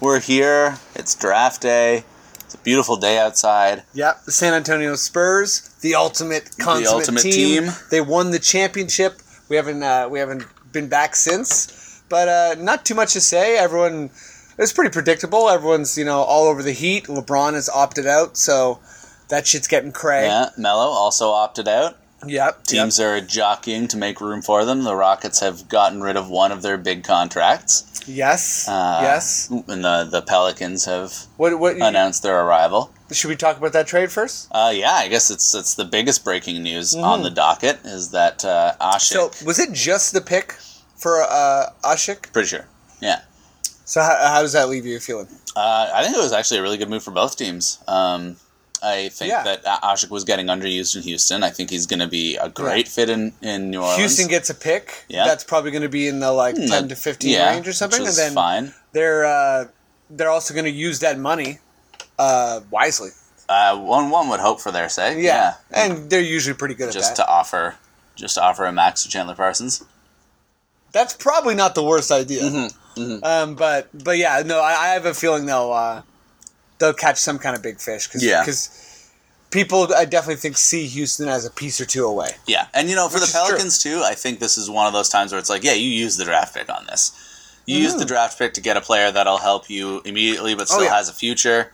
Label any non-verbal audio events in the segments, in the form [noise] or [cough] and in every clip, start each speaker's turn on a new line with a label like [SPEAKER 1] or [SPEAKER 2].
[SPEAKER 1] We're here. It's draft day. It's a beautiful day outside.
[SPEAKER 2] Yep, the San Antonio Spurs, the ultimate consummate
[SPEAKER 1] ultimate
[SPEAKER 2] team.
[SPEAKER 1] team.
[SPEAKER 2] They won the championship. We haven't uh, we haven't been back since, but uh, not too much to say. Everyone, it's pretty predictable. Everyone's you know all over the Heat. LeBron has opted out, so that shit's getting cray.
[SPEAKER 1] Yeah, Mello also opted out.
[SPEAKER 2] Yep.
[SPEAKER 1] Teams are jockeying to make room for them. The Rockets have gotten rid of one of their big contracts.
[SPEAKER 2] Yep. Yes.
[SPEAKER 1] Uh,
[SPEAKER 2] yes.
[SPEAKER 1] And the, the Pelicans have
[SPEAKER 2] What? What?
[SPEAKER 1] announced their arrival.
[SPEAKER 2] should we talk about that trade first?
[SPEAKER 1] Uh, yeah, I guess it's it's the biggest breaking news on the docket is that uh,
[SPEAKER 2] Mm-hmm. So
[SPEAKER 1] Ashik.
[SPEAKER 2] was it just the pick for uh, Ashik?
[SPEAKER 1] pretty sure. Yeah.
[SPEAKER 2] So how, how does that leave you feeling?
[SPEAKER 1] Uh, I think it was actually a really good move for both teams. Um, I think
[SPEAKER 2] Yeah.
[SPEAKER 1] that A- Ashik was getting underused in Houston. I think he's going to be a great fit in, in New Orleans.
[SPEAKER 2] Houston gets a pick.
[SPEAKER 1] Yeah. Hmm,
[SPEAKER 2] That's probably going to be in the like ten
[SPEAKER 1] that-
[SPEAKER 2] to fifteen
[SPEAKER 1] yeah,
[SPEAKER 2] range or something,
[SPEAKER 1] which is
[SPEAKER 2] and then
[SPEAKER 1] fine.
[SPEAKER 2] they're uh, they're also going to use that money uh, wisely.
[SPEAKER 1] Uh, one one would hope for their sake.
[SPEAKER 2] Yeah. and they're usually pretty good
[SPEAKER 1] just
[SPEAKER 2] at that.
[SPEAKER 1] to offer, just to offer a max to Chandler Parsons.
[SPEAKER 2] That's probably not the worst idea.
[SPEAKER 1] Mm-hmm,
[SPEAKER 2] Um, but but yeah, no, I, I have a feeling they'll uh, they'll catch some kind of big fish because
[SPEAKER 1] Yeah.
[SPEAKER 2] people I definitely think see Houston as a piece or two away.
[SPEAKER 1] Yeah, and you know for
[SPEAKER 2] Which
[SPEAKER 1] the
[SPEAKER 2] is true.
[SPEAKER 1] Pelicans too, I think this is one of those times where it's like, yeah, you use the draft pick on this. You use the draft pick to get a player that'll help you immediately, but still
[SPEAKER 2] Mm. Oh, yeah.
[SPEAKER 1] has a future.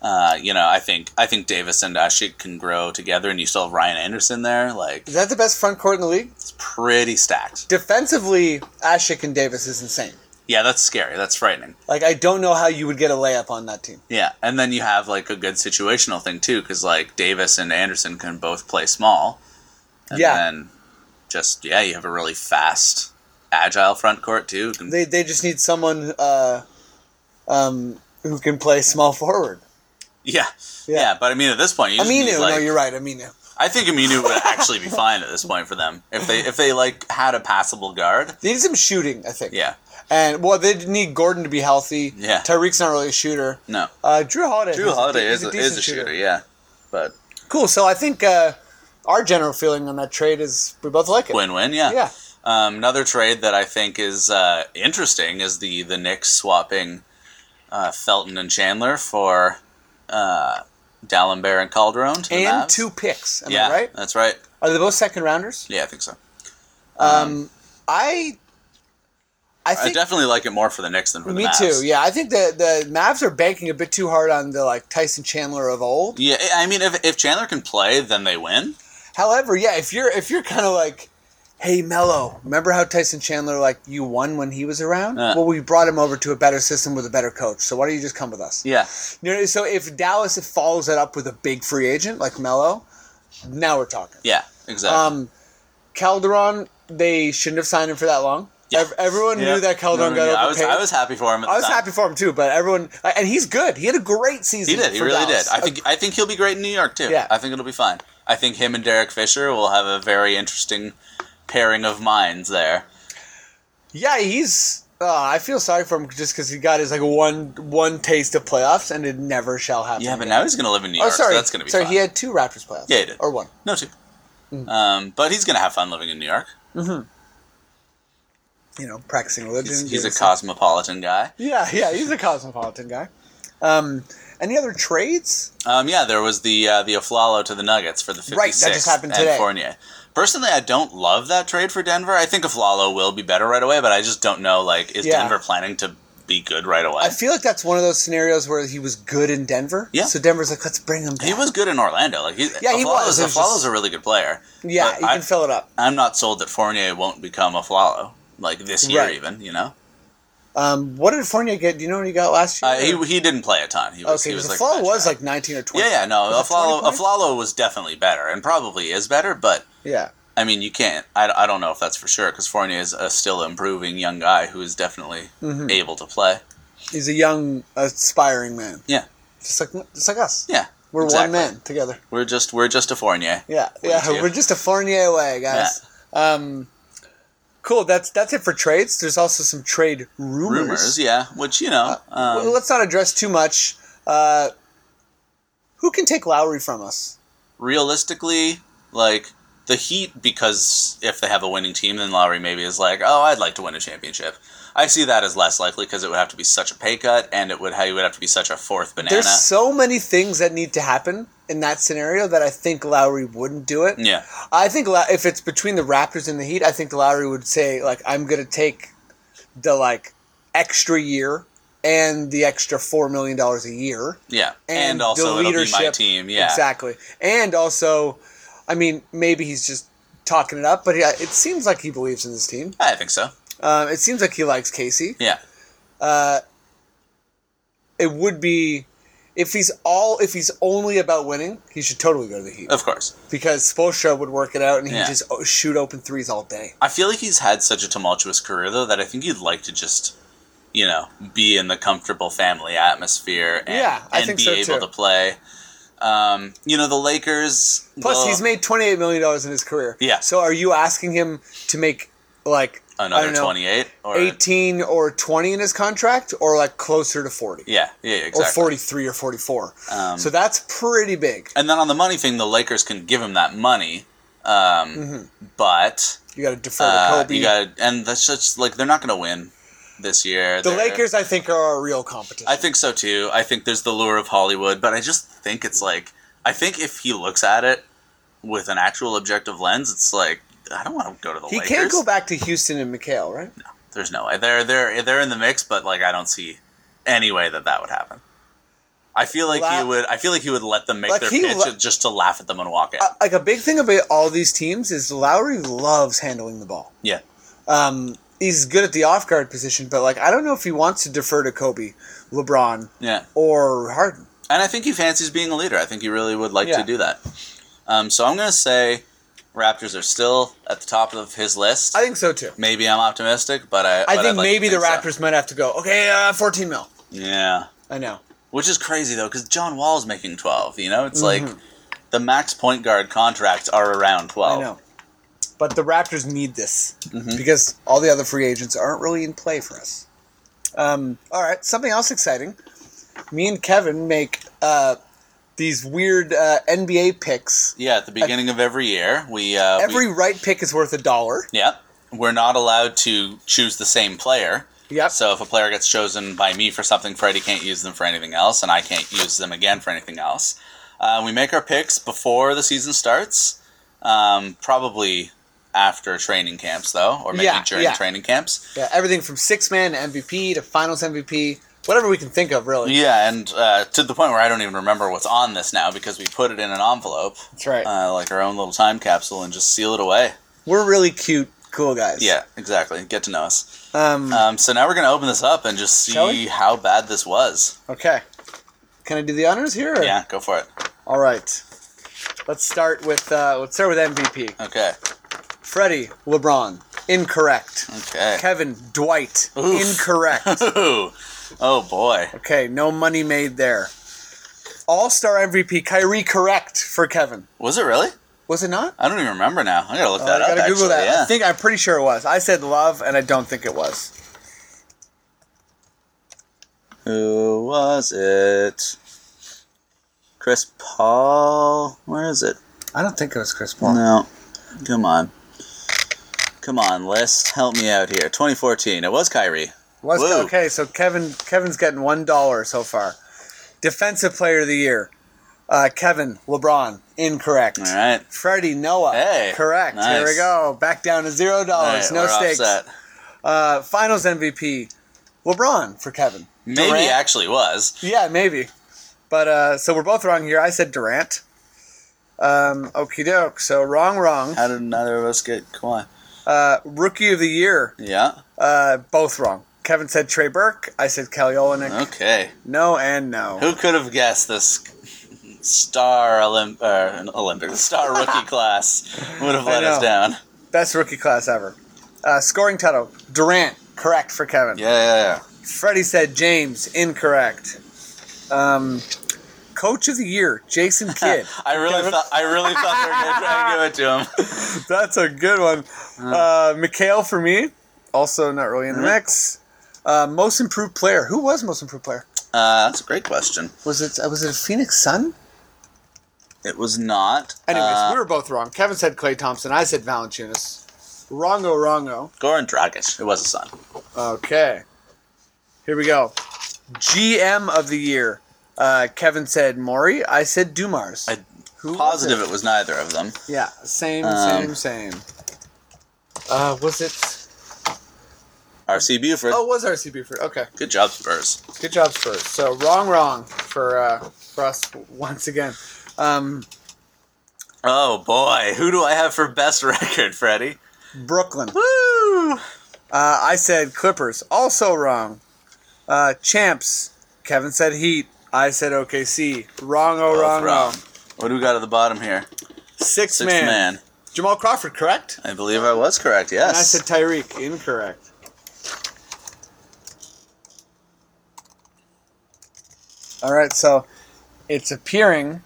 [SPEAKER 1] Uh, you know, I think I think Davis and Ashik can grow together, and you still have Ryan Anderson there. Like
[SPEAKER 2] Is that the best front court in the league?
[SPEAKER 1] it's pretty stacked.
[SPEAKER 2] Defensively, Ashik and Davis is insane.
[SPEAKER 1] Yeah, that's scary. That's frightening.
[SPEAKER 2] Like I don't know how you would get a layup on that team.
[SPEAKER 1] Yeah, and then you have like a good situational thing too, because like Davis and Anderson can both play small. And
[SPEAKER 2] Yeah.
[SPEAKER 1] then just yeah, you have a really fast, agile front court too. who can-
[SPEAKER 2] They they just need someone uh, um, who can play small forward.
[SPEAKER 1] [laughs] yeah, yeah, But I mean, at this point, you just
[SPEAKER 2] Aminu,
[SPEAKER 1] need, like,
[SPEAKER 2] no, you're right, Aminu.
[SPEAKER 1] I think Aminu would actually be fine at this point for them if they if they like had a passable guard.
[SPEAKER 2] They need some shooting, I think.
[SPEAKER 1] Yeah,
[SPEAKER 2] And well, they need Gordon to be healthy.
[SPEAKER 1] Yeah.
[SPEAKER 2] Tyreek's not really a shooter.
[SPEAKER 1] no.
[SPEAKER 2] Uh, Drew Holiday.
[SPEAKER 1] Drew
[SPEAKER 2] he's
[SPEAKER 1] Holiday
[SPEAKER 2] de-
[SPEAKER 1] is
[SPEAKER 2] he's
[SPEAKER 1] a, is a
[SPEAKER 2] decent
[SPEAKER 1] shooter. Yeah, but
[SPEAKER 2] Cool. So I think uh, our general feeling on that trade is we both like it.
[SPEAKER 1] win-win. Yeah.
[SPEAKER 2] Yeah.
[SPEAKER 1] Um, another trade that I think is uh, interesting is the the Knicks swapping uh, Felton and Chandler for uh, D'Alembert and Calderon. To the
[SPEAKER 2] And
[SPEAKER 1] Mavs.
[SPEAKER 2] two picks. Am
[SPEAKER 1] yeah,
[SPEAKER 2] I right?
[SPEAKER 1] That's right.
[SPEAKER 2] Are they both second rounders?
[SPEAKER 1] Yeah, I think so.
[SPEAKER 2] I. I
[SPEAKER 1] I
[SPEAKER 2] think.
[SPEAKER 1] Uh, definitely like it more for the Knicks than for the
[SPEAKER 2] me
[SPEAKER 1] Mavs.
[SPEAKER 2] too. Yeah, I think the the Mavs are banking a bit too hard on the like Tyson Chandler of old.
[SPEAKER 1] Yeah, I mean, if, if Chandler can play, then they win.
[SPEAKER 2] However, yeah, if you're if you're kind of like, hey Mello, remember how Tyson Chandler like you won when he was around?
[SPEAKER 1] Uh.
[SPEAKER 2] Well, we brought him over to a better system with a better coach. So why don't you just come with us?
[SPEAKER 1] Yeah,
[SPEAKER 2] You know, so if Dallas follows that up with a big free agent like Mello, now we're talking.
[SPEAKER 1] yeah, exactly.
[SPEAKER 2] Um, Calderon, they shouldn't have signed him for that long. Ev- everyone
[SPEAKER 1] Yeah.
[SPEAKER 2] knew that Calderon
[SPEAKER 1] No,
[SPEAKER 2] got
[SPEAKER 1] no, no, I was
[SPEAKER 2] overpaid.
[SPEAKER 1] I was happy for him. At the time.
[SPEAKER 2] happy for him too, but everyone and he's good. He had a great season.
[SPEAKER 1] He did. He
[SPEAKER 2] for
[SPEAKER 1] really
[SPEAKER 2] Dallas.
[SPEAKER 1] did. I think I think he'll be great in New York too.
[SPEAKER 2] Yeah.
[SPEAKER 1] I think it'll be fine. I think him and Derek Fisher will have a very interesting pairing of minds there.
[SPEAKER 2] Yeah, he's. Uh, I feel sorry for him just because he got his like one one taste of playoffs and it never shall happen.
[SPEAKER 1] Yeah, but
[SPEAKER 2] again.
[SPEAKER 1] now he's going to live in New
[SPEAKER 2] oh,
[SPEAKER 1] York,
[SPEAKER 2] sorry,
[SPEAKER 1] so that's going to be
[SPEAKER 2] sorry.
[SPEAKER 1] fun.
[SPEAKER 2] He had Hmm. two Raptors playoffs.
[SPEAKER 1] Yeah, he did.
[SPEAKER 2] or one.
[SPEAKER 1] no two. Um, but he's going to have fun living in New York.
[SPEAKER 2] You know, practicing religion.
[SPEAKER 1] He's, he's a
[SPEAKER 2] doing
[SPEAKER 1] cosmopolitan guy.
[SPEAKER 2] stuff. Yeah, yeah, he's a cosmopolitan guy. Um, any other trades?
[SPEAKER 1] Um, yeah, there was the uh, the Aflalo to the Nuggets for the 56th
[SPEAKER 2] Right, that just happened today.
[SPEAKER 1] and Fournier. Personally, I don't love that trade for Denver. I think Aflalo will be better right away, but I just don't know. Like, is
[SPEAKER 2] Yeah.
[SPEAKER 1] Denver planning to be good right away?
[SPEAKER 2] I feel like that's one of those scenarios where he was good in Denver.
[SPEAKER 1] Yeah.
[SPEAKER 2] So Denver's like, let's bring him. Back.
[SPEAKER 1] He was good in Orlando. Like he,
[SPEAKER 2] Yeah, he
[SPEAKER 1] Aflalo's-
[SPEAKER 2] was. It was
[SPEAKER 1] Aflalo's
[SPEAKER 2] just-
[SPEAKER 1] a really good player.
[SPEAKER 2] Yeah,
[SPEAKER 1] But
[SPEAKER 2] you
[SPEAKER 1] I,
[SPEAKER 2] can fill it up.
[SPEAKER 1] I'm not sold that Fournier won't become a Flalo like this year,
[SPEAKER 2] Right.
[SPEAKER 1] even. You know,
[SPEAKER 2] Um, what did Fournier get? Do you know what he got last year?
[SPEAKER 1] uh, he he didn't play a ton. He was,
[SPEAKER 2] okay,
[SPEAKER 1] he was
[SPEAKER 2] because
[SPEAKER 1] like
[SPEAKER 2] the fall
[SPEAKER 1] a
[SPEAKER 2] was
[SPEAKER 1] bench
[SPEAKER 2] like nineteen or
[SPEAKER 1] guy.
[SPEAKER 2] twenty.
[SPEAKER 1] yeah, yeah, no,
[SPEAKER 2] Was it 20
[SPEAKER 1] Aflalo
[SPEAKER 2] points?
[SPEAKER 1] Aflalo was definitely better and probably is better, but
[SPEAKER 2] Yeah.
[SPEAKER 1] I mean, you can't. I, I
[SPEAKER 2] Mm-hmm.
[SPEAKER 1] don't know if that's for sure because Fournier is a still improving young guy who is definitely able to play.
[SPEAKER 2] He's a young, aspiring man,
[SPEAKER 1] Yeah,
[SPEAKER 2] just like just like us.
[SPEAKER 1] yeah.
[SPEAKER 2] We're
[SPEAKER 1] exactly.
[SPEAKER 2] one man together.
[SPEAKER 1] We're just we're just a Fournier.
[SPEAKER 2] Yeah, yeah, [laughs]
[SPEAKER 1] too.
[SPEAKER 2] we're just a Fournier away, guys. Um, cool. That's that's it for trades. There's also some trade rumors. Uh,
[SPEAKER 1] Rumors, yeah. Which you know, um,
[SPEAKER 2] Well, let's not address too much. Uh, who can take Lowry from us?
[SPEAKER 1] realistically, like the Heat, because if they have a winning team, then Lowry maybe is like, oh, I'd like to win a championship. I see that as less likely because it would have to be such a pay cut, and it would he would have to be such a fourth banana.
[SPEAKER 2] There's so many things that need to happen in that scenario that I think Lowry wouldn't do it.
[SPEAKER 1] yeah,
[SPEAKER 2] I think Low- if it's between the Raptors and the Heat, I think Lowry would say like, "I'm gonna take the like extra year and the extra four million dollars a year."
[SPEAKER 1] yeah, and, also it'll be my team. Yeah,
[SPEAKER 2] exactly. And also, I mean, maybe he's just talking it up, but yeah, it seems like he believes in this team.
[SPEAKER 1] I think so.
[SPEAKER 2] Um, it seems like he likes Casey.
[SPEAKER 1] Yeah,
[SPEAKER 2] It would be if he's all if he's only about winning, he should totally go to the Heat
[SPEAKER 1] of course.
[SPEAKER 2] because Spoelstra would work it out and he'd
[SPEAKER 1] Yeah.
[SPEAKER 2] just o- shoot open threes all day.
[SPEAKER 1] I feel like he's had such a tumultuous career though that I think he'd like to just, you know, be in the comfortable family atmosphere and,
[SPEAKER 2] Yeah, I
[SPEAKER 1] and
[SPEAKER 2] think
[SPEAKER 1] be
[SPEAKER 2] so,
[SPEAKER 1] able
[SPEAKER 2] too.
[SPEAKER 1] to play. Um, you know, the Lakers.
[SPEAKER 2] Plus,
[SPEAKER 1] well,
[SPEAKER 2] he's made twenty eight million dollars in his career.
[SPEAKER 1] Yeah.
[SPEAKER 2] So, are you asking him to make like I
[SPEAKER 1] another
[SPEAKER 2] don't know,
[SPEAKER 1] twenty eight or
[SPEAKER 2] 18 or 20 in his contract or like closer to 40
[SPEAKER 1] Yeah, yeah, exactly.
[SPEAKER 2] or 43 or 44
[SPEAKER 1] Um,
[SPEAKER 2] so that's pretty big
[SPEAKER 1] And then on the money thing, the Lakers can give him that money, um, but
[SPEAKER 2] you got to defer
[SPEAKER 1] uh,
[SPEAKER 2] to Mm-hmm. kobe
[SPEAKER 1] you got to and that's just like they're not going to win this year.
[SPEAKER 2] the
[SPEAKER 1] They're-
[SPEAKER 2] lakers i think are a real competition
[SPEAKER 1] I think so too. I think there's the lure of Hollywood, but I just think it's like I think if he looks at it with an actual objective lens, it's like I don't want to go to the
[SPEAKER 2] he
[SPEAKER 1] Lakers.
[SPEAKER 2] can't go back to houston and McHale, right
[SPEAKER 1] There's no way they're they're they're in the mix, but like I don't see any way that that would happen. I feel like
[SPEAKER 2] La-
[SPEAKER 1] he would. I feel like he would let them make
[SPEAKER 2] Like,
[SPEAKER 1] their
[SPEAKER 2] he
[SPEAKER 1] pitch
[SPEAKER 2] la-
[SPEAKER 1] just to laugh at them and walk out.
[SPEAKER 2] Uh, like a big thing about all these teams is lowry loves handling the ball
[SPEAKER 1] yeah.
[SPEAKER 2] um, he's good at the off guard position but like i don't know if he wants to defer to kobe lebron
[SPEAKER 1] Yeah.
[SPEAKER 2] or harden
[SPEAKER 1] And I think he fancies being a leader. I think he really would like
[SPEAKER 2] Yeah.
[SPEAKER 1] to do that. Um, so I'm going to say Raptors are still at the top of his list.
[SPEAKER 2] i think so too
[SPEAKER 1] maybe I'm optimistic, but I.
[SPEAKER 2] i
[SPEAKER 1] but I'd
[SPEAKER 2] think
[SPEAKER 1] like to
[SPEAKER 2] maybe the
[SPEAKER 1] so.
[SPEAKER 2] raptors might have to go okay uh, 14 mil
[SPEAKER 1] Yeah.
[SPEAKER 2] i know
[SPEAKER 1] Which is crazy, though, because John Wall's making 12. You know, it's like the max point guard contracts are around 12.
[SPEAKER 2] Mm-hmm. I know. But the Raptors need this
[SPEAKER 1] Mm-hmm.
[SPEAKER 2] because all the other free agents aren't really in play for us. Um, all right, something else exciting. Me and Kevin make uh, these weird uh, NBA picks.
[SPEAKER 1] Yeah, at the beginning of every year, we. Uh, we-
[SPEAKER 2] Every right pick is worth a dollar.
[SPEAKER 1] yeah. We're not allowed to choose the same player.
[SPEAKER 2] Yep.
[SPEAKER 1] So if a player gets chosen by me for something, Freddie can't use them for anything else, and I can't use them again for anything else. Uh, we make our picks before the season starts, um, probably after training camps, though, or maybe
[SPEAKER 2] Yeah,
[SPEAKER 1] during
[SPEAKER 2] yeah.
[SPEAKER 1] training camps.
[SPEAKER 2] Yeah, everything from six man to MVP to Finals MVP, whatever we can think of, really.
[SPEAKER 1] Yeah, and uh, to the point where I don't even remember what's on this now because we put it in an envelope,
[SPEAKER 2] That's right.
[SPEAKER 1] uh, like our own little time capsule, and just seal it away.
[SPEAKER 2] We're really cute, cool guys.
[SPEAKER 1] Yeah, exactly. Get to know us.
[SPEAKER 2] Um,
[SPEAKER 1] Um, so now we're going to open this up and just
[SPEAKER 2] Shall we?
[SPEAKER 1] see how bad this was.
[SPEAKER 2] okay. Can I do the honors here? or-
[SPEAKER 1] Yeah, go for it.
[SPEAKER 2] All right. Let's start with uh, let's start with MVP.
[SPEAKER 1] Okay.
[SPEAKER 2] Freddie LeBron, incorrect.
[SPEAKER 1] Okay.
[SPEAKER 2] Kevin Dwight,
[SPEAKER 1] Oof. [laughs]
[SPEAKER 2] incorrect.
[SPEAKER 1] Ooh. Oh boy.
[SPEAKER 2] okay, no money made there. All Star MVP Kyrie, correct for Kevin.
[SPEAKER 1] Was it really?
[SPEAKER 2] Was it not?
[SPEAKER 1] I don't even remember now. I gotta look
[SPEAKER 2] Oh,
[SPEAKER 1] that
[SPEAKER 2] I gotta
[SPEAKER 1] up.
[SPEAKER 2] Google
[SPEAKER 1] actually,
[SPEAKER 2] that.
[SPEAKER 1] Yeah.
[SPEAKER 2] I think I'm pretty sure it was. I said love, and I don't think it was.
[SPEAKER 1] Who was it? Chris Paul. Where is it?
[SPEAKER 2] I don't think it was Chris Paul.
[SPEAKER 1] No. Come on. Come on, list. Help me out here. 2014. It was Kyrie.
[SPEAKER 2] Was
[SPEAKER 1] Whoa.
[SPEAKER 2] okay. So Kevin, Kevin's getting one dollar so far. Defensive Player of the Year, uh, Kevin LeBron, incorrect.
[SPEAKER 1] All right.
[SPEAKER 2] Freddie Noah.
[SPEAKER 1] Hey,
[SPEAKER 2] Correct. Here we
[SPEAKER 1] nice.
[SPEAKER 2] go. Back down to zero
[SPEAKER 1] All right,
[SPEAKER 2] dollars. Oh, no
[SPEAKER 1] we're
[SPEAKER 2] stakes.
[SPEAKER 1] offset.
[SPEAKER 2] Uh, finals MVP. LeBron for Kevin.
[SPEAKER 1] Maybe
[SPEAKER 2] Durant?
[SPEAKER 1] actually was.
[SPEAKER 2] Yeah, maybe. But uh, so we're both wrong here. I said Durant. Um, okie doke. So wrong, wrong.
[SPEAKER 1] How did neither of us get Kawhi?
[SPEAKER 2] Uh, rookie of the year.
[SPEAKER 1] Yeah.
[SPEAKER 2] Uh, both wrong. Kevin said Trey Burke. I said Kelly Olynyk.
[SPEAKER 1] Okay.
[SPEAKER 2] No and no.
[SPEAKER 1] Who could have guessed this star Olymp- uh, Olympic star
[SPEAKER 2] [laughs]
[SPEAKER 1] rookie class would have let us
[SPEAKER 2] know.
[SPEAKER 1] down?
[SPEAKER 2] Best rookie class ever. Uh, scoring title. Durant. Correct for Kevin.
[SPEAKER 1] Yeah, yeah, yeah.
[SPEAKER 2] Freddie said James. Incorrect. Um, Coach of the year,
[SPEAKER 1] [laughs]
[SPEAKER 2] Jason Kidd.
[SPEAKER 1] I really
[SPEAKER 2] Kevin-
[SPEAKER 1] thought I really thought they were gonna try and give it to
[SPEAKER 2] [laughs]
[SPEAKER 1] him.
[SPEAKER 2] That's a good one. Uh, Mikhail for me, also not really in the mix. Uh, most improved player. Who was most improved player?
[SPEAKER 1] Uh, that's a great question.
[SPEAKER 2] Was it uh, was it a Phoenix Sun?
[SPEAKER 1] It was not.
[SPEAKER 2] Anyways,
[SPEAKER 1] uh,
[SPEAKER 2] we were both wrong. Kevin said Clay Thompson. I said Valanciunas. Wrongo, wrongo.
[SPEAKER 1] Goran Dragic. It was a son.
[SPEAKER 2] Okay. Here we go. GM of the year. Uh, Kevin said Maury. I said Dumars.
[SPEAKER 1] I
[SPEAKER 2] Who was
[SPEAKER 1] positive it? was neither of them.
[SPEAKER 2] Yeah, same,
[SPEAKER 1] Um,
[SPEAKER 2] same, same. Uh, was it?
[SPEAKER 1] RC Buford.
[SPEAKER 2] Oh, it was RC Buford. Okay,
[SPEAKER 1] Good job, Spurs.
[SPEAKER 2] good job, Spurs. So wrong, wrong for uh, for us once again. Um,
[SPEAKER 1] Oh boy, who do I have for best [laughs] record, Freddie?
[SPEAKER 2] Brooklyn.
[SPEAKER 1] Woo!
[SPEAKER 2] Uh, I said Clippers. Also wrong. Uh, champs. Kevin said Heat. I said OKC. Wrong, oh,
[SPEAKER 1] Both wrong.
[SPEAKER 2] wrong, wrong.
[SPEAKER 1] What do we got at the bottom here?
[SPEAKER 2] Six,
[SPEAKER 1] Sixth
[SPEAKER 2] man.
[SPEAKER 1] man.
[SPEAKER 2] Jamal Crawford, correct?
[SPEAKER 1] I believe I was correct. Yes.
[SPEAKER 2] And I said Tyreek. Incorrect. All right, so it's appearing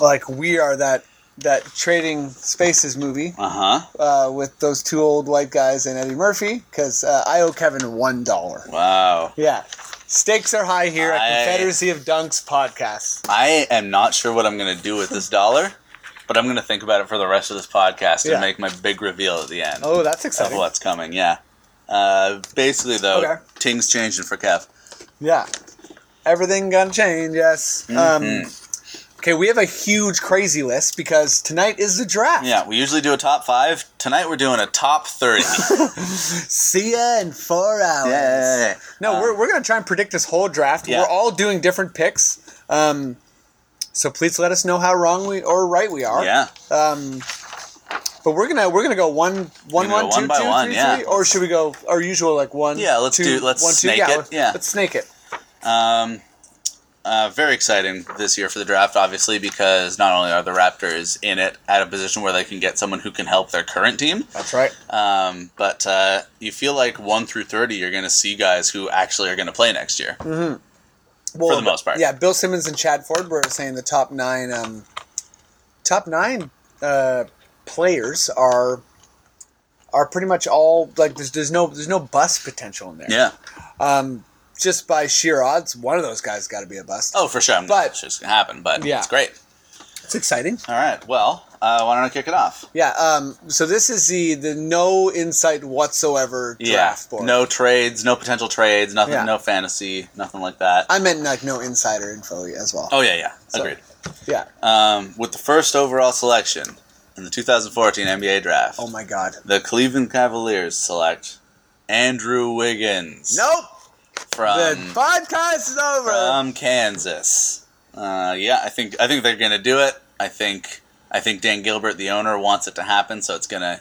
[SPEAKER 2] like we are that that trading spaces movie
[SPEAKER 1] uh huh.
[SPEAKER 2] uh, with those two old white guys and Eddie Murphy because uh, I owe Kevin one dollar.
[SPEAKER 1] Wow.
[SPEAKER 2] Yeah, stakes are high here at
[SPEAKER 1] I-
[SPEAKER 2] Confederacy of Dunks podcast.
[SPEAKER 1] I am not sure what I'm going to do with this dollar, but I'm going to think about it for the rest of this podcast
[SPEAKER 2] Yeah.
[SPEAKER 1] and make my big reveal at the end
[SPEAKER 2] Oh, that's
[SPEAKER 1] of
[SPEAKER 2] exciting!
[SPEAKER 1] what's coming. Yeah. Uh, basically, though,
[SPEAKER 2] Okay.
[SPEAKER 1] things changing for Kev.
[SPEAKER 2] Yeah, everything gonna change. Yes. Um,
[SPEAKER 1] Mm-hmm.
[SPEAKER 2] okay, we have a huge crazy list because tonight is the draft.
[SPEAKER 1] Yeah, we usually do a top five. Tonight we're doing a top
[SPEAKER 2] [laughs]
[SPEAKER 1] 30.
[SPEAKER 2] See ya in four hours. No, we're, we're going to try and predict this whole draft.
[SPEAKER 1] Um, Yeah.
[SPEAKER 2] We're all doing different picks. Um, so please let us know how wrong we or right we are.
[SPEAKER 1] Yeah.
[SPEAKER 2] But we're gonna we're gonna go one
[SPEAKER 1] We're
[SPEAKER 2] one
[SPEAKER 1] gonna
[SPEAKER 2] one
[SPEAKER 1] go
[SPEAKER 2] two
[SPEAKER 1] one by
[SPEAKER 2] two,
[SPEAKER 1] one,
[SPEAKER 2] three,
[SPEAKER 1] yeah.
[SPEAKER 2] three, or should we go our usual like one?
[SPEAKER 1] Yeah, let's
[SPEAKER 2] two,
[SPEAKER 1] do- let's
[SPEAKER 2] one, two?
[SPEAKER 1] snake
[SPEAKER 2] yeah,
[SPEAKER 1] it,
[SPEAKER 2] Let's,
[SPEAKER 1] yeah.
[SPEAKER 2] let's snake it.
[SPEAKER 1] Uh, very exciting this year for the draft, obviously, because not only are the Raptors in it at a position where they can get someone who can help their current team,
[SPEAKER 2] That's right.
[SPEAKER 1] um, but uh, you feel like 1 through 30, you're going to see guys who actually are going to play next year.
[SPEAKER 2] Mm-hmm. Well,
[SPEAKER 1] the most part.
[SPEAKER 2] Yeah, Bill Simmons and Chad Ford were saying the top nine um, top nine uh, players are are pretty much all like there's there's no there's no bust potential in there.
[SPEAKER 1] Yeah.
[SPEAKER 2] Just by sheer odds, one of those guys got to be a bust.
[SPEAKER 1] Oh, for sure. I'm
[SPEAKER 2] But-
[SPEAKER 1] it's just going to happen, but
[SPEAKER 2] Yeah.
[SPEAKER 1] it's great.
[SPEAKER 2] It's exciting.
[SPEAKER 1] All right. Well, uh, why don't I kick it off?
[SPEAKER 2] Yeah. Um, so this is the the no insight whatsoever draft board.
[SPEAKER 1] No trades, no potential trades, nothing,
[SPEAKER 2] Yeah.
[SPEAKER 1] no fantasy, nothing like that.
[SPEAKER 2] I meant like no insider info as well.
[SPEAKER 1] oh, yeah, yeah. Agreed.
[SPEAKER 2] Yeah.
[SPEAKER 1] Um, with the first overall selection in the 2014 NBA draft.
[SPEAKER 2] oh my god.
[SPEAKER 1] The Cleveland Cavaliers select Andrew Wiggins
[SPEAKER 2] Nope. The
[SPEAKER 1] from,
[SPEAKER 2] podcast is over.
[SPEAKER 1] from Kansas. Uh, yeah, I think I think they're gonna do it. I think I think Dan Gilbert, the owner, wants it to happen, so it's gonna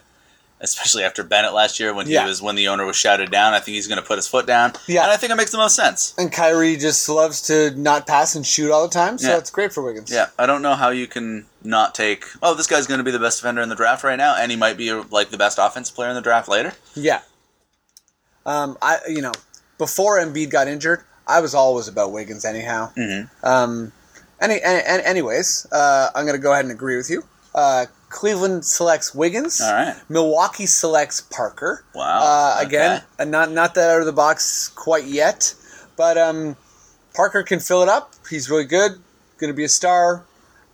[SPEAKER 1] especially after Bennett last year when
[SPEAKER 2] Yeah.
[SPEAKER 1] he was when the owner was shouted down, I think he's gonna put his foot down.
[SPEAKER 2] Yeah.
[SPEAKER 1] And I think it makes the most sense.
[SPEAKER 2] and Kyrie just loves to not pass and shoot all the time, so
[SPEAKER 1] Yeah.
[SPEAKER 2] that's great for Wiggins.
[SPEAKER 1] Yeah, I don't know how you can not take. Oh, this guy's going to be the best defender in the draft right now, and he might be like the best offensive player in the draft later.
[SPEAKER 2] Yeah. Um, I you know, before Embiid got injured, I was always about Wiggins anyhow. Mm-hmm. Um, any, any, any- anyways, uh, I'm gonna go ahead and agree with you. Uh, Cleveland selects Wiggins.
[SPEAKER 1] All right.
[SPEAKER 2] Milwaukee selects Parker.
[SPEAKER 1] Wow,
[SPEAKER 2] Uh,
[SPEAKER 1] okay.
[SPEAKER 2] Again, uh, not not that out of the box quite yet, but um, Parker can fill it up. He's really good. Going to be a star,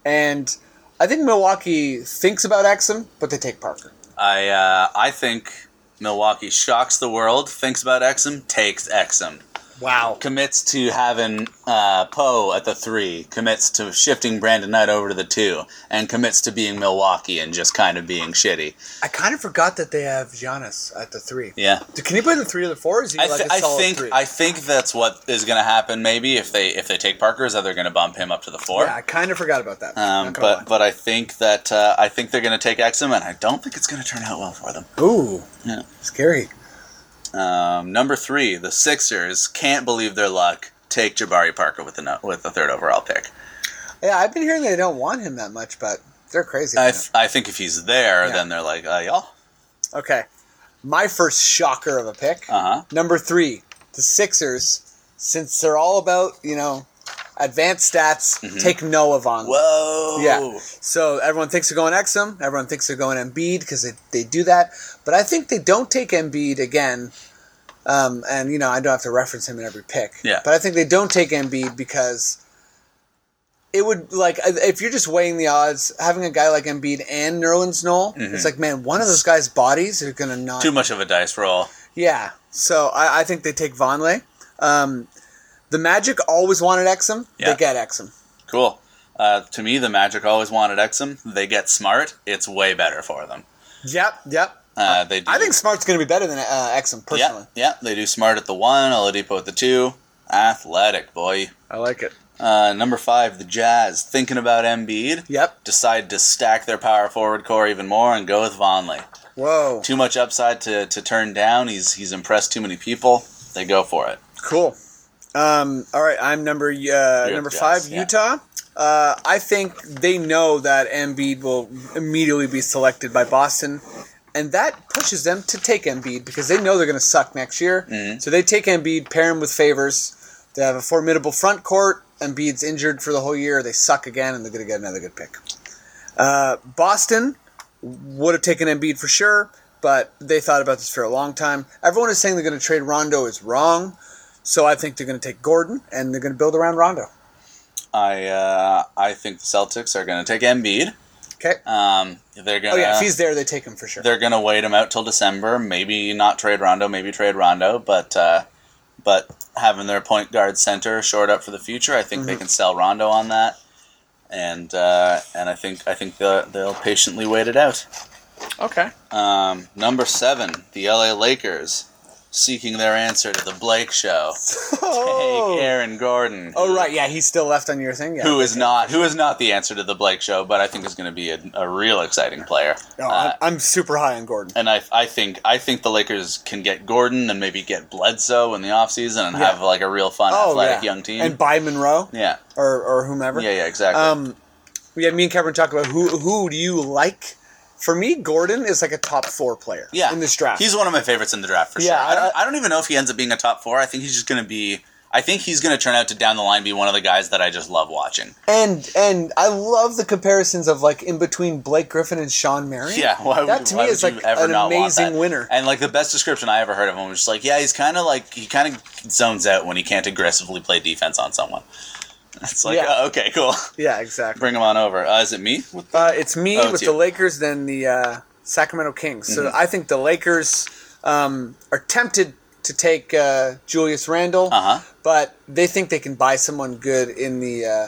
[SPEAKER 2] and I think Milwaukee thinks about Exum, but they take Parker.
[SPEAKER 1] I uh, I think Milwaukee shocks the world. Thinks about Exum, takes Exum,
[SPEAKER 2] Wow.
[SPEAKER 1] commits to having uh, Poe at the three, commits to shifting Brandon Knight over to the two, and commits to being Milwaukee and just kind of being shitty.
[SPEAKER 2] I kind of forgot that they have Giannis at the three.
[SPEAKER 1] Yeah.
[SPEAKER 2] Can he play the three or the four? Is he
[SPEAKER 1] I,
[SPEAKER 2] like
[SPEAKER 1] th-
[SPEAKER 2] a
[SPEAKER 1] I
[SPEAKER 2] solid
[SPEAKER 1] think
[SPEAKER 2] three?
[SPEAKER 1] I think that's what is going to happen. Maybe if they if they take Parker, is that they're going to bump him up to the four.
[SPEAKER 2] yeah, I kind of forgot about that.
[SPEAKER 1] Um,
[SPEAKER 2] Not gonna
[SPEAKER 1] but but I think that uh, I think they're going to take Exum, and I don't think it's going to turn out well for them.
[SPEAKER 2] lie. ooh,
[SPEAKER 1] Yeah.
[SPEAKER 2] scary.
[SPEAKER 1] Um, number three, the Sixers can't believe their luck. Take Jabari Parker with the no- with the third overall pick.
[SPEAKER 2] Yeah, I've been hearing they don't want him that much, but they're crazy.
[SPEAKER 1] I,
[SPEAKER 2] about
[SPEAKER 1] f- I think if he's there,
[SPEAKER 2] Yeah.
[SPEAKER 1] then they're like, uh, y'all.
[SPEAKER 2] it. okay, my first shocker of a pick.
[SPEAKER 1] Uh huh.
[SPEAKER 2] Number three, the Sixers, since they're all about you know advanced stats,
[SPEAKER 1] Mm-hmm.
[SPEAKER 2] take Noah Vonleh.
[SPEAKER 1] Whoa.
[SPEAKER 2] Yeah. So everyone thinks they're going Exum. Everyone thinks they're going Embiid because they, they do that. But I think they don't take Embiid again. Um, and, you know, I don't have to reference him in every pick.
[SPEAKER 1] Yeah.
[SPEAKER 2] But I think they don't take Embiid because it would, like, if you're just weighing the odds, having a guy like Embiid and Nerlens Noel, it's like, man, one of those guys' bodies are going to not.
[SPEAKER 1] Mm-hmm. Too much of a dice roll.
[SPEAKER 2] Yeah. So I, I think they take Vonleh. Um, the Magic always wanted Exum.
[SPEAKER 1] Yeah.
[SPEAKER 2] They get Exum.
[SPEAKER 1] Cool. Uh, to me, the Magic always wanted Exum. They get smart. It's way better for them.
[SPEAKER 2] Yep. Yep.
[SPEAKER 1] Uh, they do.
[SPEAKER 2] I think Smart's going to be better than uh, Exum personally.
[SPEAKER 1] Yeah, yeah, they do smart at the one, Oladipo at the two. Athletic boy.
[SPEAKER 2] I like it.
[SPEAKER 1] Uh, number five, the Jazz, thinking about Embiid.
[SPEAKER 2] Yep.
[SPEAKER 1] Decide to stack their power forward core even more and go with Vonley.
[SPEAKER 2] Whoa.
[SPEAKER 1] Too much upside to, to turn down. He's he's impressed too many people. They go for it.
[SPEAKER 2] Cool. Um, all right, I'm number uh, number
[SPEAKER 1] Jazz,
[SPEAKER 2] five,
[SPEAKER 1] yeah.
[SPEAKER 2] Utah. Uh, I think they know that Embiid will immediately be selected by Boston, and that pushes them to take Embiid because they know they're going to suck next year. So they take Embiid, pair him with Favors. They have a formidable front court. Embiid's injured for the whole year. They suck again, and they're going to get another good pick. Uh, Boston would have taken Embiid for sure, but they thought about this for a long time. Everyone is saying they're going to trade Rondo is wrong. So I think they're going to take Gordon and they're going to build around Rondo.
[SPEAKER 1] I uh, I think the Celtics are going to take Embiid.
[SPEAKER 2] Okay.
[SPEAKER 1] Um, they're going
[SPEAKER 2] oh
[SPEAKER 1] to
[SPEAKER 2] yeah, if he's there, they take him for sure. [laughs]
[SPEAKER 1] they're going to wait him out till December. Maybe not trade Rondo. Maybe trade Rondo, but uh, but having their point guard center shored up for the future, I think
[SPEAKER 2] Mm-hmm.
[SPEAKER 1] they can sell Rondo on that. And uh, and I think I think the, they'll patiently wait it out.
[SPEAKER 2] Okay.
[SPEAKER 1] Um, number seven, the LA Lakers, seeking their answer to the Blake Show. Take
[SPEAKER 2] Oh.
[SPEAKER 1] Aaron Gordon.
[SPEAKER 2] oh right, yeah, he's still left on your thing. Yeah.
[SPEAKER 1] Who is not who is not the answer to the Blake Show, but I think is going to be a, a real exciting player.
[SPEAKER 2] No,
[SPEAKER 1] Uh,
[SPEAKER 2] I'm, I'm super high on Gordon.
[SPEAKER 1] and I, I think I think the Lakers can get Gordon and maybe get Bledsoe in the offseason and have like a real fun
[SPEAKER 2] Oh
[SPEAKER 1] athletic
[SPEAKER 2] yeah.
[SPEAKER 1] young team.
[SPEAKER 2] and by Monroe
[SPEAKER 1] yeah.
[SPEAKER 2] or or whomever.
[SPEAKER 1] Yeah, yeah, exactly.
[SPEAKER 2] Um, we had me and Kevin talk about who who do you like. For me, Gordon is like a top four player.
[SPEAKER 1] yeah.
[SPEAKER 2] In this draft,
[SPEAKER 1] He's one of my favorites in the draft for
[SPEAKER 2] Yeah,
[SPEAKER 1] sure. I,
[SPEAKER 2] I-
[SPEAKER 1] don't, I don't even know if he ends up being a top 4. I think he's just going to be I think he's going to turn out to down the line be one of the guys that I just love watching.
[SPEAKER 2] and and I love the comparisons of like in between Blake Griffin and Sean Marion.
[SPEAKER 1] Yeah, why would,
[SPEAKER 2] that to
[SPEAKER 1] why
[SPEAKER 2] me
[SPEAKER 1] would
[SPEAKER 2] is
[SPEAKER 1] you
[SPEAKER 2] like
[SPEAKER 1] ever
[SPEAKER 2] an
[SPEAKER 1] not want that?
[SPEAKER 2] amazing winner.
[SPEAKER 1] And like the best description I ever heard of him was just like, yeah, he's kind of like he kind of zones out when he can't aggressively play defense on someone. [laughs] It's like,
[SPEAKER 2] Yeah.
[SPEAKER 1] oh, okay, cool. [laughs]
[SPEAKER 2] Yeah, exactly.
[SPEAKER 1] Bring him on over. Uh, is it me? With
[SPEAKER 2] Uh, it's me
[SPEAKER 1] Oh, it's
[SPEAKER 2] with
[SPEAKER 1] you. Mm-hmm.
[SPEAKER 2] the Lakers, then the uh, Sacramento Kings. So I think the Lakers um, are tempted to take uh, Julius Randle,
[SPEAKER 1] Uh-huh.
[SPEAKER 2] but they think they can buy someone good in the uh,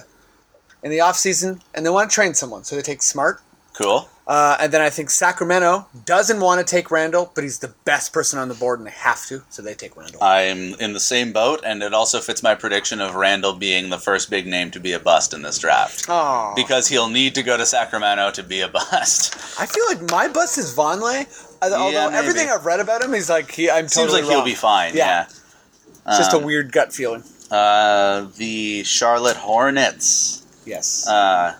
[SPEAKER 2] in the offseason, and they want to train someone, so they take Smart.
[SPEAKER 1] Cool.
[SPEAKER 2] Uh, and then I think Sacramento doesn't want to take Randall, but he's the best person on the board, and they have to, so they take Randall.
[SPEAKER 1] I'm in the same boat, and it also fits my prediction of Randall being the first big name to be a bust in this draft.
[SPEAKER 2] Aw.
[SPEAKER 1] Because he'll need to go to Sacramento to be a bust. [laughs]
[SPEAKER 2] I feel like my bust is Vonleh, although
[SPEAKER 1] Yeah, maybe.
[SPEAKER 2] everything I've read about him, he's like he. I'm
[SPEAKER 1] Seems
[SPEAKER 2] totally
[SPEAKER 1] like he'll
[SPEAKER 2] wrong.
[SPEAKER 1] be fine.
[SPEAKER 2] Yeah.
[SPEAKER 1] Yeah.
[SPEAKER 2] It's just a
[SPEAKER 1] Um,
[SPEAKER 2] weird gut feeling.
[SPEAKER 1] Uh, the Charlotte Hornets.
[SPEAKER 2] Yes.
[SPEAKER 1] Uh,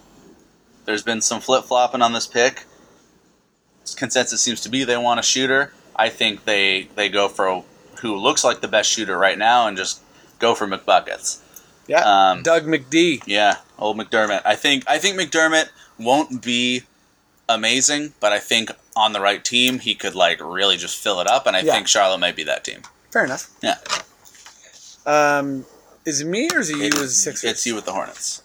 [SPEAKER 1] there's been some flip flopping on this pick. Consensus seems to be they want a shooter. I think they they go for who looks like the best shooter right now and just go for McBuckets.
[SPEAKER 2] Yeah,
[SPEAKER 1] Um,
[SPEAKER 2] Doug McD.
[SPEAKER 1] Yeah, old McDermott. I think I think McDermott won't be amazing, but I think on the right team he could like really just fill it up, and I
[SPEAKER 2] Yeah.
[SPEAKER 1] think Charlotte might be that team.
[SPEAKER 2] Fair enough.
[SPEAKER 1] Yeah,
[SPEAKER 2] Um, is it me or is it you with the Sixers?
[SPEAKER 1] it's you with the Hornets.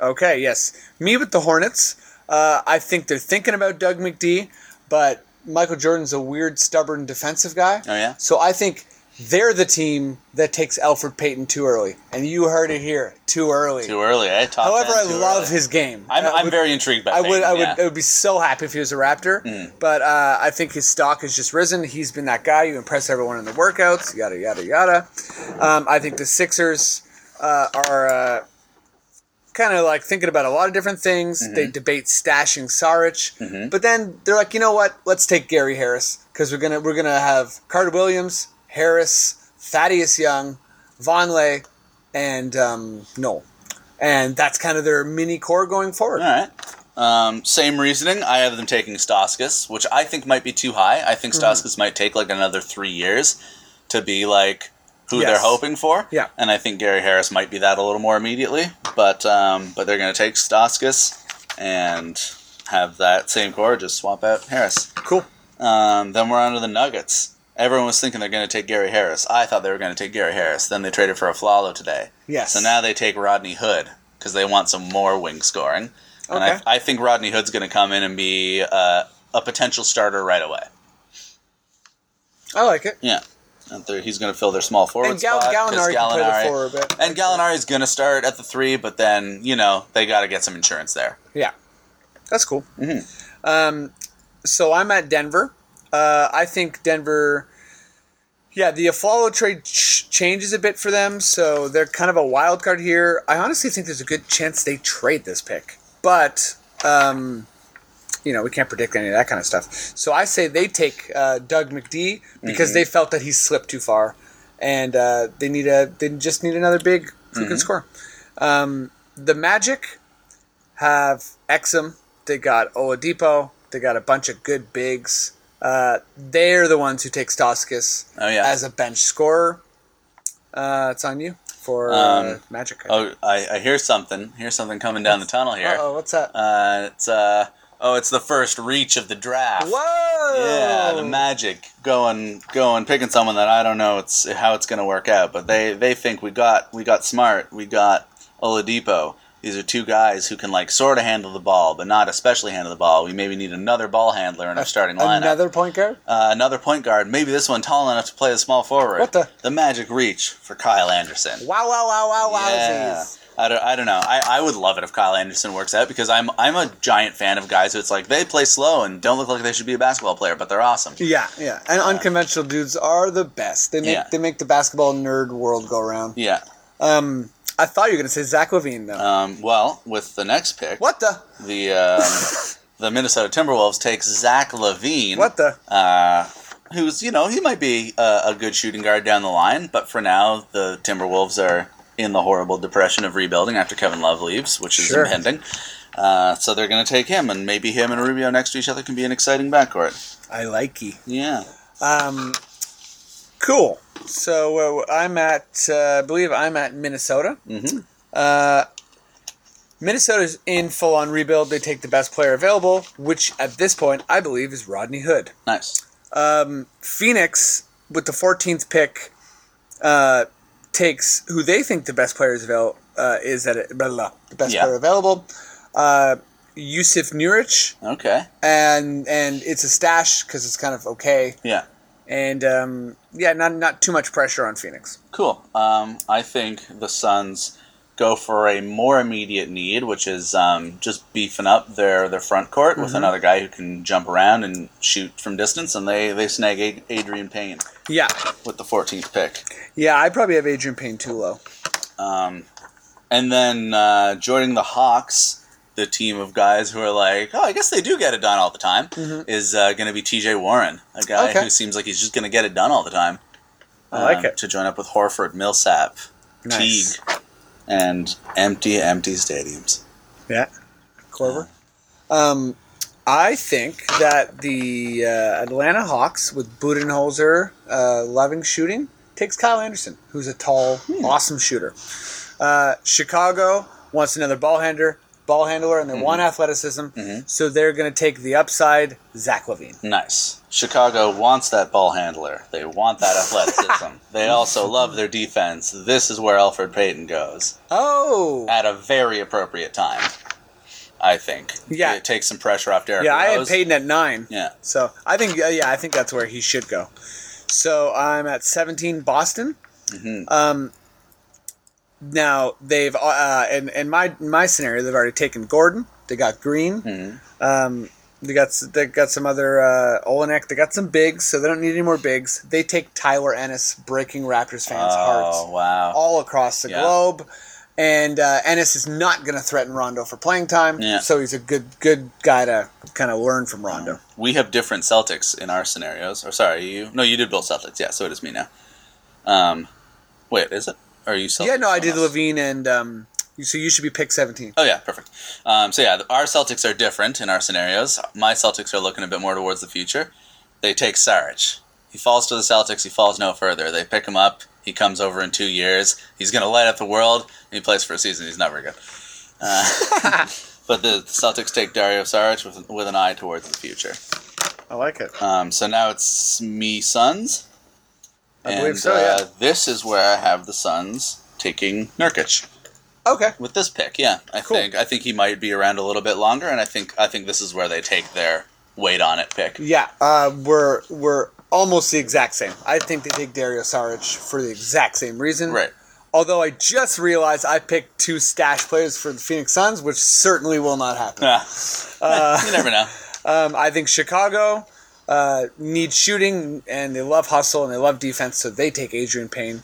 [SPEAKER 2] Okay, yes, me with the Hornets. Uh, I think they're thinking about Doug McD, but Michael Jordan's a weird, stubborn defensive guy.
[SPEAKER 1] Oh, yeah?
[SPEAKER 2] So I think they're the team that takes Alfred Payton too early, and you heard it here, too early.
[SPEAKER 1] Too early, eh? Top
[SPEAKER 2] However,
[SPEAKER 1] 10,
[SPEAKER 2] I
[SPEAKER 1] too
[SPEAKER 2] love
[SPEAKER 1] early.
[SPEAKER 2] his game.
[SPEAKER 1] I'm,
[SPEAKER 2] Uh,
[SPEAKER 1] I'm
[SPEAKER 2] would-
[SPEAKER 1] very intrigued by.
[SPEAKER 2] I would, I would,
[SPEAKER 1] Payton,
[SPEAKER 2] I
[SPEAKER 1] yeah.
[SPEAKER 2] would be so happy if he was a Raptor. But uh, I think his stock has just risen. He's been that guy. You impress everyone in the workouts. Yada yada yada. Um, I think the Sixers uh, are uh, kind of like thinking about a lot of different things. They debate stashing Saric, but then they're like, you know what? Let's take Gary Harris because we're gonna we're gonna have Carter Williams, Harris, Thaddeus Young, Vonleh, and um, Noel. And that's kind of their mini core going forward.
[SPEAKER 1] All right. Um, same reasoning. I have them taking Stauskas, which
[SPEAKER 2] Hmm.
[SPEAKER 1] I think might be too high. I think Stauskas might take like another three years to be like who
[SPEAKER 2] Yes.
[SPEAKER 1] they're hoping for.
[SPEAKER 2] Yeah.
[SPEAKER 1] And I think Gary Harris might be that a little more immediately. But um, but they're going to take Staskis and have that same core just swap out Harris.
[SPEAKER 2] Cool.
[SPEAKER 1] Um, then we're on to the Nuggets. Everyone was thinking they're going to take Gary Harris. I thought they were going to take Gary Harris. Then they traded for a Flalo today.
[SPEAKER 2] Yes.
[SPEAKER 1] So now they take Rodney Hood because they want some more wing scoring. And
[SPEAKER 2] Okay.
[SPEAKER 1] I, I think Rodney Hood's going to come in and be uh, a potential starter right away.
[SPEAKER 2] I like it.
[SPEAKER 1] Yeah. And they're- he's going to fill their small forward
[SPEAKER 2] And Gal-
[SPEAKER 1] spot. 'cause
[SPEAKER 2] Gallinari can play the
[SPEAKER 1] Gallinari-
[SPEAKER 2] forward, but
[SPEAKER 1] And Gallinari's going to start at the three, but then, you know, they got to get some insurance there.
[SPEAKER 2] Yeah, that's cool.
[SPEAKER 1] Mm-hmm.
[SPEAKER 2] Um, so I'm at Denver. Uh, I think Denver. Yeah, the Aflalo trade ch- changes a bit for them, so they're kind of a wild card here. I honestly think there's a good chance they trade this pick, but um, you know we can't predict any of that kind of stuff. So I say they take uh, Doug McD
[SPEAKER 1] Mm-hmm.
[SPEAKER 2] because they felt that he slipped too far, and uh, they need a they just need another big who
[SPEAKER 1] Mm-hmm.
[SPEAKER 2] can score. Um, the Magic, have Exum. They got Oladipo. They got a bunch of good bigs. Uh, they're the ones who take Staskis
[SPEAKER 1] Oh, yeah.
[SPEAKER 2] as a bench scorer. Uh, it's on you for uh, Magic. I think.
[SPEAKER 1] Oh, I, I hear something. Hear something coming down the tunnel here.
[SPEAKER 2] Uh-oh, what's that?
[SPEAKER 1] Uh, it's, uh, oh, it's the first reach of the draft.
[SPEAKER 2] Whoa!
[SPEAKER 1] Yeah,
[SPEAKER 2] Oh.
[SPEAKER 1] the magic going, going, picking someone that I don't know it's how it's going to work out, but they they think we got we got smart, we got Oladipo. These are two guys who can like sort of handle the ball, but not especially handle the ball. We maybe need another ball handler in our starting lineup.
[SPEAKER 2] Another point guard?
[SPEAKER 1] uh, another point guard, maybe this one tall enough to play the small forward.
[SPEAKER 2] What the-
[SPEAKER 1] The magic reach for Kyle Anderson.
[SPEAKER 2] Wow, wow, wow, wow,
[SPEAKER 1] Yeah.
[SPEAKER 2] wowzies.
[SPEAKER 1] I don't, I don't know. I, I would love it if Kyle Anderson works out because I'm I'm a giant fan of guys who it's like they play slow and don't look like they should be a basketball player, but they're awesome.
[SPEAKER 2] Yeah, yeah. And unconventional dudes are the best. They make,
[SPEAKER 1] Yeah.
[SPEAKER 2] they make the basketball nerd world go round.
[SPEAKER 1] Yeah.
[SPEAKER 2] Um, I thought you were going to say Zach Levine, though.
[SPEAKER 1] Um, well, with the next pick,
[SPEAKER 2] what the?
[SPEAKER 1] the
[SPEAKER 2] [laughs]
[SPEAKER 1] um, the Minnesota Timberwolves takes Zach Levine.
[SPEAKER 2] What the?
[SPEAKER 1] Uh, who's you know he might be a, a good shooting guard down the line, but for now the Timberwolves are in the horrible depression of rebuilding after Kevin Love leaves, which is
[SPEAKER 2] Sure.
[SPEAKER 1] impending. Uh, so they're going to take him, and maybe him and Rubio next to each other can be an exciting backcourt.
[SPEAKER 2] I like you.
[SPEAKER 1] Yeah.
[SPEAKER 2] Um, cool. So uh, I'm at, uh, I believe I'm at Minnesota.
[SPEAKER 1] Mhm.
[SPEAKER 2] Uh, Minnesota's in full on rebuild. They take the best player available, which at this point I believe is Rodney Hood.
[SPEAKER 1] Nice.
[SPEAKER 2] Um, Phoenix with the 14th pick uh, takes who they think the best player is available uh, is that it, blah, blah, blah, the best
[SPEAKER 1] Yeah.
[SPEAKER 2] player available. Uh, Yusuf Nurich,
[SPEAKER 1] Okay.
[SPEAKER 2] and and it's a stash because it's kind of okay
[SPEAKER 1] Yeah.
[SPEAKER 2] and um, yeah, not not too much pressure on Phoenix.
[SPEAKER 1] Cool. Um, I think the Suns go for a more immediate need, which is um, just beefing up their, their front court with another guy who can jump around and shoot from distance, and they, they snag Ad- Adrian Payne
[SPEAKER 2] Yeah,
[SPEAKER 1] with the 14th pick.
[SPEAKER 2] yeah, I probably have Adrian Payne too low.
[SPEAKER 1] Um, and then uh, joining the Hawks, the team of guys who are like, oh, I guess they do get it done all the time, is uh, going to be TJ Warren, a guy
[SPEAKER 2] Mm-hmm. Okay.
[SPEAKER 1] who seems like he's just going to get it done all the time. Um,
[SPEAKER 2] I like it.
[SPEAKER 1] To join up with Horford, Millsap,
[SPEAKER 2] Nice.
[SPEAKER 1] Teague, and empty, empty stadiums.
[SPEAKER 2] Yeah, Corver. Um, I think that the uh, Atlanta Hawks with Budenholzer uh, loving shooting takes Kyle Anderson, who's a tall, awesome shooter. Uh, Chicago wants another ball handler, ball handler, and they want athleticism, so they're going to take the upside, Zach Levine.
[SPEAKER 1] Nice. Chicago wants that ball handler. They want that
[SPEAKER 2] [laughs]
[SPEAKER 1] athleticism. they also love their defense. This is where Alfred Payton goes
[SPEAKER 2] Oh,
[SPEAKER 1] at a very appropriate time, I think.
[SPEAKER 2] Yeah.
[SPEAKER 1] It takes some pressure off Derrick
[SPEAKER 2] yeah, I had
[SPEAKER 1] Rose.
[SPEAKER 2] Payton at nine.
[SPEAKER 1] Yeah.
[SPEAKER 2] So I think uh, yeah, I think that's where he should go. So I'm at 17 Boston.
[SPEAKER 1] Mm-hmm.
[SPEAKER 2] Um, now they've uh, in in my in my scenario they've already taken Gordon. They got Green.
[SPEAKER 1] Mm-hmm.
[SPEAKER 2] Um, they got s- they got some other uh, Olenek. They got some bigs, so they don't need any more bigs. They take Tyler Ennis, breaking Raptors fans' hearts
[SPEAKER 1] Oh, wow.
[SPEAKER 2] [laughs] all across the
[SPEAKER 1] Yeah.
[SPEAKER 2] globe. And uh, Ennis is not going to threaten Rondo for playing time,
[SPEAKER 1] Yeah.
[SPEAKER 2] so he's a good good guy to kind of learn from Rondo.
[SPEAKER 1] we have different Celtics in our scenarios. Or sorry, you no, you did both Celtics. Yeah, so it is me now. Um, wait, is it? Or are you Celtics?
[SPEAKER 2] Yeah, no, I did
[SPEAKER 1] Someone else?
[SPEAKER 2] Levine and um, you- so you should be pick seventeen.
[SPEAKER 1] Oh yeah, perfect. Um, so yeah, our Celtics are different in our scenarios. My Celtics are looking a bit more towards the future. They take Saric. He falls to the Celtics. He falls no further. They pick him up. He comes over in two years. He's going to light up the world. And he plays for a season. He's not very good. Uh, [laughs] but the Celtics take Dario Saric with, with an eye towards the future.
[SPEAKER 2] I like it.
[SPEAKER 1] Um, so now it's me Suns.
[SPEAKER 2] I believe so, yeah.
[SPEAKER 1] Uh, this is where I have the Suns taking Nurkic
[SPEAKER 2] Okay.
[SPEAKER 1] with this pick. Yeah, I
[SPEAKER 2] Cool.
[SPEAKER 1] think I think he might be around a little bit longer, and I think I think this is where they take their wait on it pick.
[SPEAKER 2] Yeah, uh, we're we're almost the exact same. I think they take Dario Saric for the exact same reason.
[SPEAKER 1] Right.
[SPEAKER 2] Although I just realized I picked two stash players for the Phoenix Suns, which certainly will not happen.
[SPEAKER 1] [laughs] Yeah.
[SPEAKER 2] Uh,
[SPEAKER 1] you never know.
[SPEAKER 2] Um, I think Chicago uh, needs shooting, and they love hustle and they love defense, so they take Adrian Payne.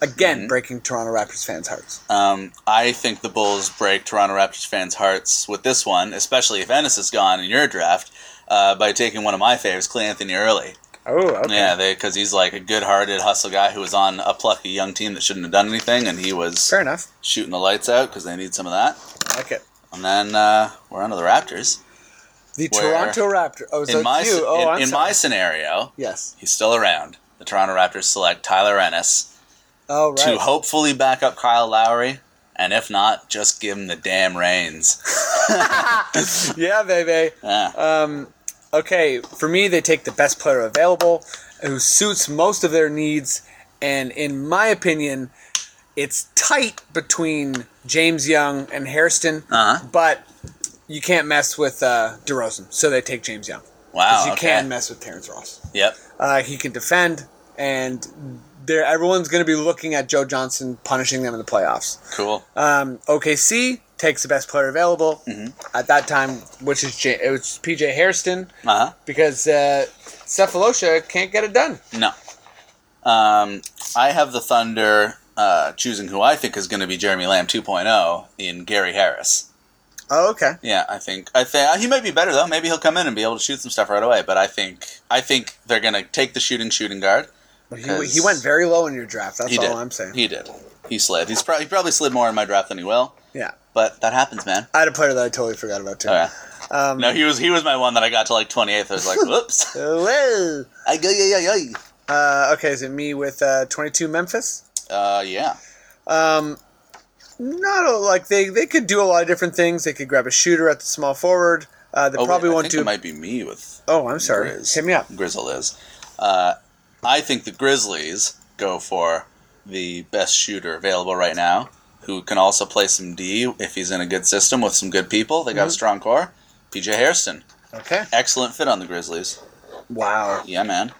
[SPEAKER 2] Again,
[SPEAKER 1] Mm-hmm.
[SPEAKER 2] breaking Toronto Raptors fans' hearts.
[SPEAKER 1] Um, I think the Bulls break Toronto Raptors fans' hearts with this one, especially if Ennis is gone in your draft, uh, by taking one of my faves, Clay Anthony Early.
[SPEAKER 2] Oh, okay.
[SPEAKER 1] Yeah, because he's like a good-hearted hustle guy who was on a plucky young team that shouldn't have done anything, and he was
[SPEAKER 2] Fair enough.
[SPEAKER 1] shooting the lights out because they need some of that.
[SPEAKER 2] I like it.
[SPEAKER 1] And then uh, we're on to the Raptors.
[SPEAKER 2] The
[SPEAKER 1] Where-
[SPEAKER 2] Toronto Raptors. Oh, so
[SPEAKER 1] in my
[SPEAKER 2] it's you. Oh,
[SPEAKER 1] in,
[SPEAKER 2] I'm
[SPEAKER 1] in
[SPEAKER 2] sorry.
[SPEAKER 1] my scenario,
[SPEAKER 2] yes.
[SPEAKER 1] he's still around. The Toronto Raptors select Tyler Ennis
[SPEAKER 2] Oh, right.
[SPEAKER 1] to hopefully back up Kyle Lowry, and if not, just give him the damn
[SPEAKER 2] [laughs]
[SPEAKER 1] reins.
[SPEAKER 2] yeah, baby. Um,
[SPEAKER 1] Yeah.
[SPEAKER 2] okay, for me, they take the best player available who suits most of their needs. And in my opinion, it's tight between James Young and Hairston,
[SPEAKER 1] Uh-huh.
[SPEAKER 2] but you can't mess with uh, DeRozan, so they take James Young. 'Cause
[SPEAKER 1] wow.
[SPEAKER 2] you
[SPEAKER 1] okay.
[SPEAKER 2] can mess with Terrence Ross.
[SPEAKER 1] Yep.
[SPEAKER 2] Uh, he can defend, and there everyone's going to be looking at Joe Johnson punishing them in the playoffs.
[SPEAKER 1] Cool.
[SPEAKER 2] Um, OKC takes the best player available
[SPEAKER 1] Mm-hmm.
[SPEAKER 2] at that time, which is J- it was PJ Hairston
[SPEAKER 1] Uh
[SPEAKER 2] because uh, Cephalosha can't get it done.
[SPEAKER 1] huh. No. Um, I have the Thunder uh, choosing who I think is going to be Jeremy Lamb 2.0 in Gary Harris.
[SPEAKER 2] Oh, okay.
[SPEAKER 1] Yeah, I think I think he might be better though. Maybe he'll come in and be able to shoot some stuff right away. But I think I think they're gonna take the shooting shooting guard.
[SPEAKER 2] He,
[SPEAKER 1] because
[SPEAKER 2] he went very low in your draft. That's
[SPEAKER 1] he
[SPEAKER 2] all
[SPEAKER 1] did.
[SPEAKER 2] I'm saying.
[SPEAKER 1] He did. He slid. He's probably he probably slid more in my draft than he will.
[SPEAKER 2] yeah.
[SPEAKER 1] But that happens, man.
[SPEAKER 2] I had a player that I totally forgot about too.
[SPEAKER 1] Oh, yeah.
[SPEAKER 2] Um,
[SPEAKER 1] No, he was he was my one that I got to like twenty eighth. I was like,
[SPEAKER 2] [laughs]
[SPEAKER 1] whoops.
[SPEAKER 2] Hello.
[SPEAKER 1] I go yeah yeah yeah.
[SPEAKER 2] Uh, okay, is it me with uh, 22 Memphis? Um,
[SPEAKER 1] Uh yeah.
[SPEAKER 2] Not a, like they they could do a lot of different things. They could grab a shooter at the small forward. Uh, they
[SPEAKER 1] Oh,
[SPEAKER 2] probably
[SPEAKER 1] wait, I
[SPEAKER 2] won't
[SPEAKER 1] think
[SPEAKER 2] do.
[SPEAKER 1] It might be me with
[SPEAKER 2] oh, I'm sorry.
[SPEAKER 1] Grizz.
[SPEAKER 2] Hit me up.
[SPEAKER 1] Grizzle is. Uh, I think the Grizzlies go for the best shooter available right now, who can also play some D if he's in a good system with some good people. They got
[SPEAKER 2] Mm-hmm.
[SPEAKER 1] a strong core. PJ Harrison,
[SPEAKER 2] Okay.
[SPEAKER 1] excellent fit on the Grizzlies.
[SPEAKER 2] Wow.
[SPEAKER 1] Yeah, man.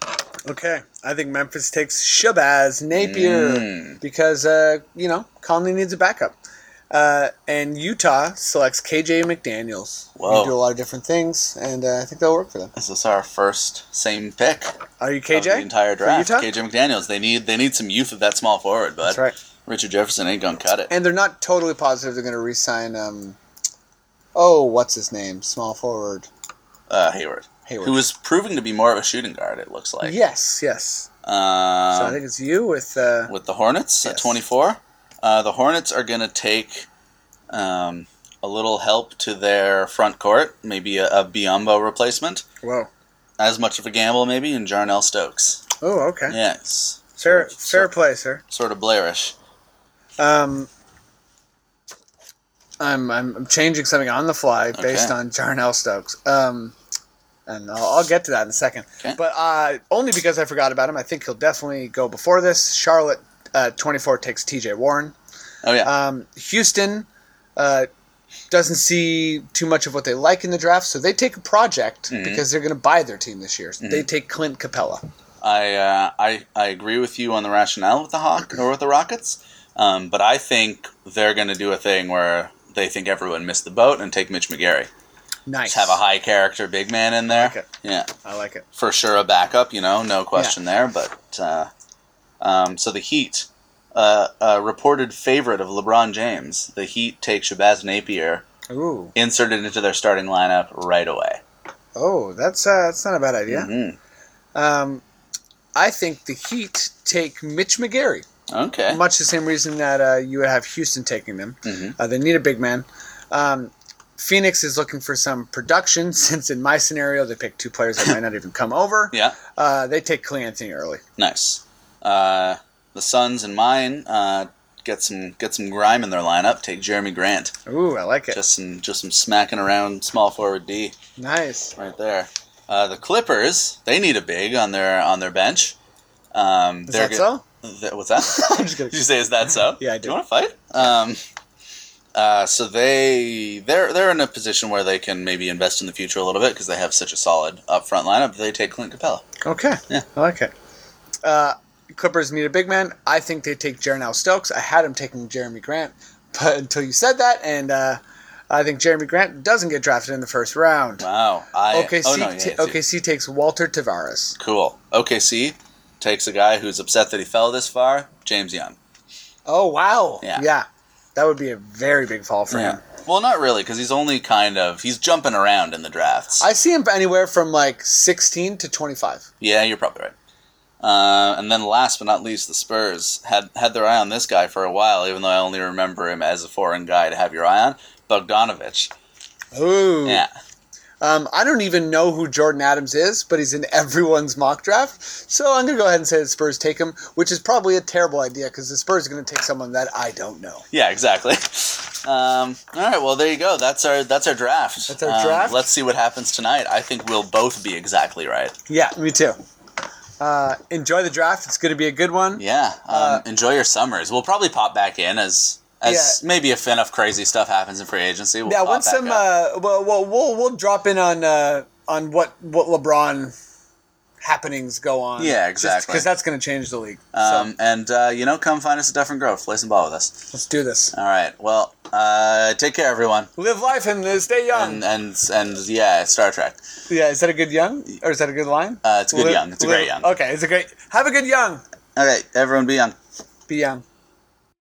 [SPEAKER 2] Okay, I think Memphis takes Shabazz Napier
[SPEAKER 1] Mm.
[SPEAKER 2] because uh, you know Conley needs a backup, uh, and Utah selects KJ McDaniel's.
[SPEAKER 1] Whoa.
[SPEAKER 2] They do a lot of different things, and uh, I think that'll work for them.
[SPEAKER 1] This is our first same pick
[SPEAKER 2] Are you
[SPEAKER 1] of the
[SPEAKER 2] KJ?
[SPEAKER 1] entire
[SPEAKER 2] For
[SPEAKER 1] draft.
[SPEAKER 2] Utah?
[SPEAKER 1] KJ McDaniels. They need they need some youth at that small forward, bud.
[SPEAKER 2] That's right.
[SPEAKER 1] Richard Jefferson ain't gonna cut it.
[SPEAKER 2] And they're not totally positive they're going to re-sign. Um, oh, what's his name? Small forward.
[SPEAKER 1] uh, Hayward.
[SPEAKER 2] Hayward.
[SPEAKER 1] Who is proving to be more of a shooting guard, it looks like.
[SPEAKER 2] yes, yes.
[SPEAKER 1] Um,
[SPEAKER 2] So I think it's you with. Uh,
[SPEAKER 1] with the Hornets at
[SPEAKER 2] Yes.
[SPEAKER 1] 24. Uh, the Hornets are going to take um, a little help to their front court, maybe a, a Biombo replacement.
[SPEAKER 2] whoa.
[SPEAKER 1] As much of a gamble, maybe, in Jarnell Stokes.
[SPEAKER 2] Oh, okay.
[SPEAKER 1] Yeah, it's
[SPEAKER 2] Fair, fair
[SPEAKER 1] Sure.
[SPEAKER 2] play, sir.
[SPEAKER 1] sort of Blairish.
[SPEAKER 2] Um, I'm, I'm I'm changing something on the fly based
[SPEAKER 1] Okay.
[SPEAKER 2] on Jarnell Stokes. Um, and I'll, I'll get to that in a second.
[SPEAKER 1] Okay.
[SPEAKER 2] But uh, only because I forgot about him, I think he'll definitely go before this. Charlotte, uh, 24 takes T.J. Warren.
[SPEAKER 1] Oh, yeah.
[SPEAKER 2] Um, Houston uh, doesn't see too much of what they like in the draft, so they take a project
[SPEAKER 1] Mm-hmm.
[SPEAKER 2] because they're going to buy their team this year. They take Clint Capella.
[SPEAKER 1] I, uh, I, I agree with you on the rationale with the Hawk or with the Rockets, um, but I think they're going to do a thing where they think everyone missed the boat and take Mitch McGarry.
[SPEAKER 2] Nice.
[SPEAKER 1] Just have a high character big man in there.
[SPEAKER 2] Okay.
[SPEAKER 1] Yeah.
[SPEAKER 2] I like it.
[SPEAKER 1] for sure a backup, you know, no question there. But uh, um, so the Heat, uh, a reported favorite of LeBron James, the Heat take Shabazz Napier,
[SPEAKER 2] Ooh.
[SPEAKER 1] inserted into their starting lineup right away.
[SPEAKER 2] Oh, that's uh, that's not a bad idea.
[SPEAKER 1] Mhm.
[SPEAKER 2] Um, I think the Heat take Mitch McGarry,
[SPEAKER 1] Okay.
[SPEAKER 2] much the same reason that uh, you would have Houston taking them.
[SPEAKER 1] Mhm.
[SPEAKER 2] Uh, they need a big man. Um, Phoenix is looking for some production, [laughs] since in my scenario they pick
[SPEAKER 1] [laughs]
[SPEAKER 2] two players that might not even come over.
[SPEAKER 1] Yeah.
[SPEAKER 2] Uh, they take Clay Anthony early.
[SPEAKER 1] Nice. Uh, the Suns and mine uh, get some get some grime in their lineup. Take Jeremy Grant.
[SPEAKER 2] Ooh, I like it.
[SPEAKER 1] Just some just some smacking around small forward D
[SPEAKER 2] nice.
[SPEAKER 1] right there. Uh, the Clippers they need a big on their on their bench. Um,
[SPEAKER 2] Is
[SPEAKER 1] they're
[SPEAKER 2] that
[SPEAKER 1] go-
[SPEAKER 2] so?
[SPEAKER 1] Th- what's that?
[SPEAKER 2] [laughs] I'm just kidding.
[SPEAKER 1] Did [laughs] you say is that so?
[SPEAKER 2] [laughs] Yeah, I did.
[SPEAKER 1] Do you want to fight? Um, uh, so they they're they're in a position where they can maybe invest in the future a little bit because they have such a solid upfront lineup. They take Clint Capella.
[SPEAKER 2] Okay.
[SPEAKER 1] Yeah.
[SPEAKER 2] I like it. Uh, Clippers need a big man. I think they take Jaron Stokes. I had him taking Jeremy Grant, [laughs] but until you said that, and uh, I think Jeremy Grant doesn't get drafted in the first round.
[SPEAKER 1] Wow. I,
[SPEAKER 2] OKC,
[SPEAKER 1] oh, no, yeah,
[SPEAKER 2] ta-
[SPEAKER 1] yeah, dude.
[SPEAKER 2] OKC takes Walter Tavares.
[SPEAKER 1] Cool. OKC takes a guy who's upset that he fell this far, James Young.
[SPEAKER 2] Oh wow!
[SPEAKER 1] Yeah.
[SPEAKER 2] that would be a very big fall for him.
[SPEAKER 1] Well, not really, because he's only kind of he's jumping around in the drafts.
[SPEAKER 2] I see him anywhere from like 16 to 25.
[SPEAKER 1] yeah, you're probably right. Uh, and then last but not least, the Spurs had had their eye on this guy for a while, even though I only remember him as a foreign guy to have your eye on, Bogdanovich.
[SPEAKER 2] Ooh.
[SPEAKER 1] Yeah. [laughs]
[SPEAKER 2] Um, I don't even know who Jordan Adams is, but he's in [laughs] everyone's mock draft. So I'm going to go ahead and say the Spurs take him, which is probably a terrible idea because the Spurs are going to take someone that I don't know.
[SPEAKER 1] Yeah, exactly. Um, all right, well there you go. That's our that's our draft.
[SPEAKER 2] That's our
[SPEAKER 1] Um,
[SPEAKER 2] draft?
[SPEAKER 1] Let's see what happens tonight. I think we'll both be exactly right.
[SPEAKER 2] Yeah, me too. Uh, enjoy the draft. It's going to be a good one.
[SPEAKER 1] Yeah. Um,
[SPEAKER 2] Uh,
[SPEAKER 1] enjoy your summers. We'll probably pop back in as as
[SPEAKER 2] Yeah.
[SPEAKER 1] maybe if enough crazy stuff happens in free agency. We'll
[SPEAKER 2] Yeah,
[SPEAKER 1] pop
[SPEAKER 2] once
[SPEAKER 1] back
[SPEAKER 2] some,
[SPEAKER 1] up.
[SPEAKER 2] uh, well, well, we'll we'll drop in on uh, on what what LeBron happenings go on.
[SPEAKER 1] Yeah, exactly.
[SPEAKER 2] Because that's going to change the league.
[SPEAKER 1] um,
[SPEAKER 2] so
[SPEAKER 1] and uh, you know, come find us at Duff and Grove. Play some ball with us.
[SPEAKER 2] let's do this.
[SPEAKER 1] All right. Well, uh, take care, everyone.
[SPEAKER 2] Live life and uh, stay
[SPEAKER 1] And
[SPEAKER 2] young.
[SPEAKER 1] and and yeah, Star Trek.
[SPEAKER 2] yeah, is that a good young or is that a good line?
[SPEAKER 1] Uh, it's a good
[SPEAKER 2] Live-
[SPEAKER 1] young. It's a great
[SPEAKER 2] live-
[SPEAKER 1] young.
[SPEAKER 2] Okay, it's a great. Have a good young.
[SPEAKER 1] Okay, everyone, be young.
[SPEAKER 2] Be young.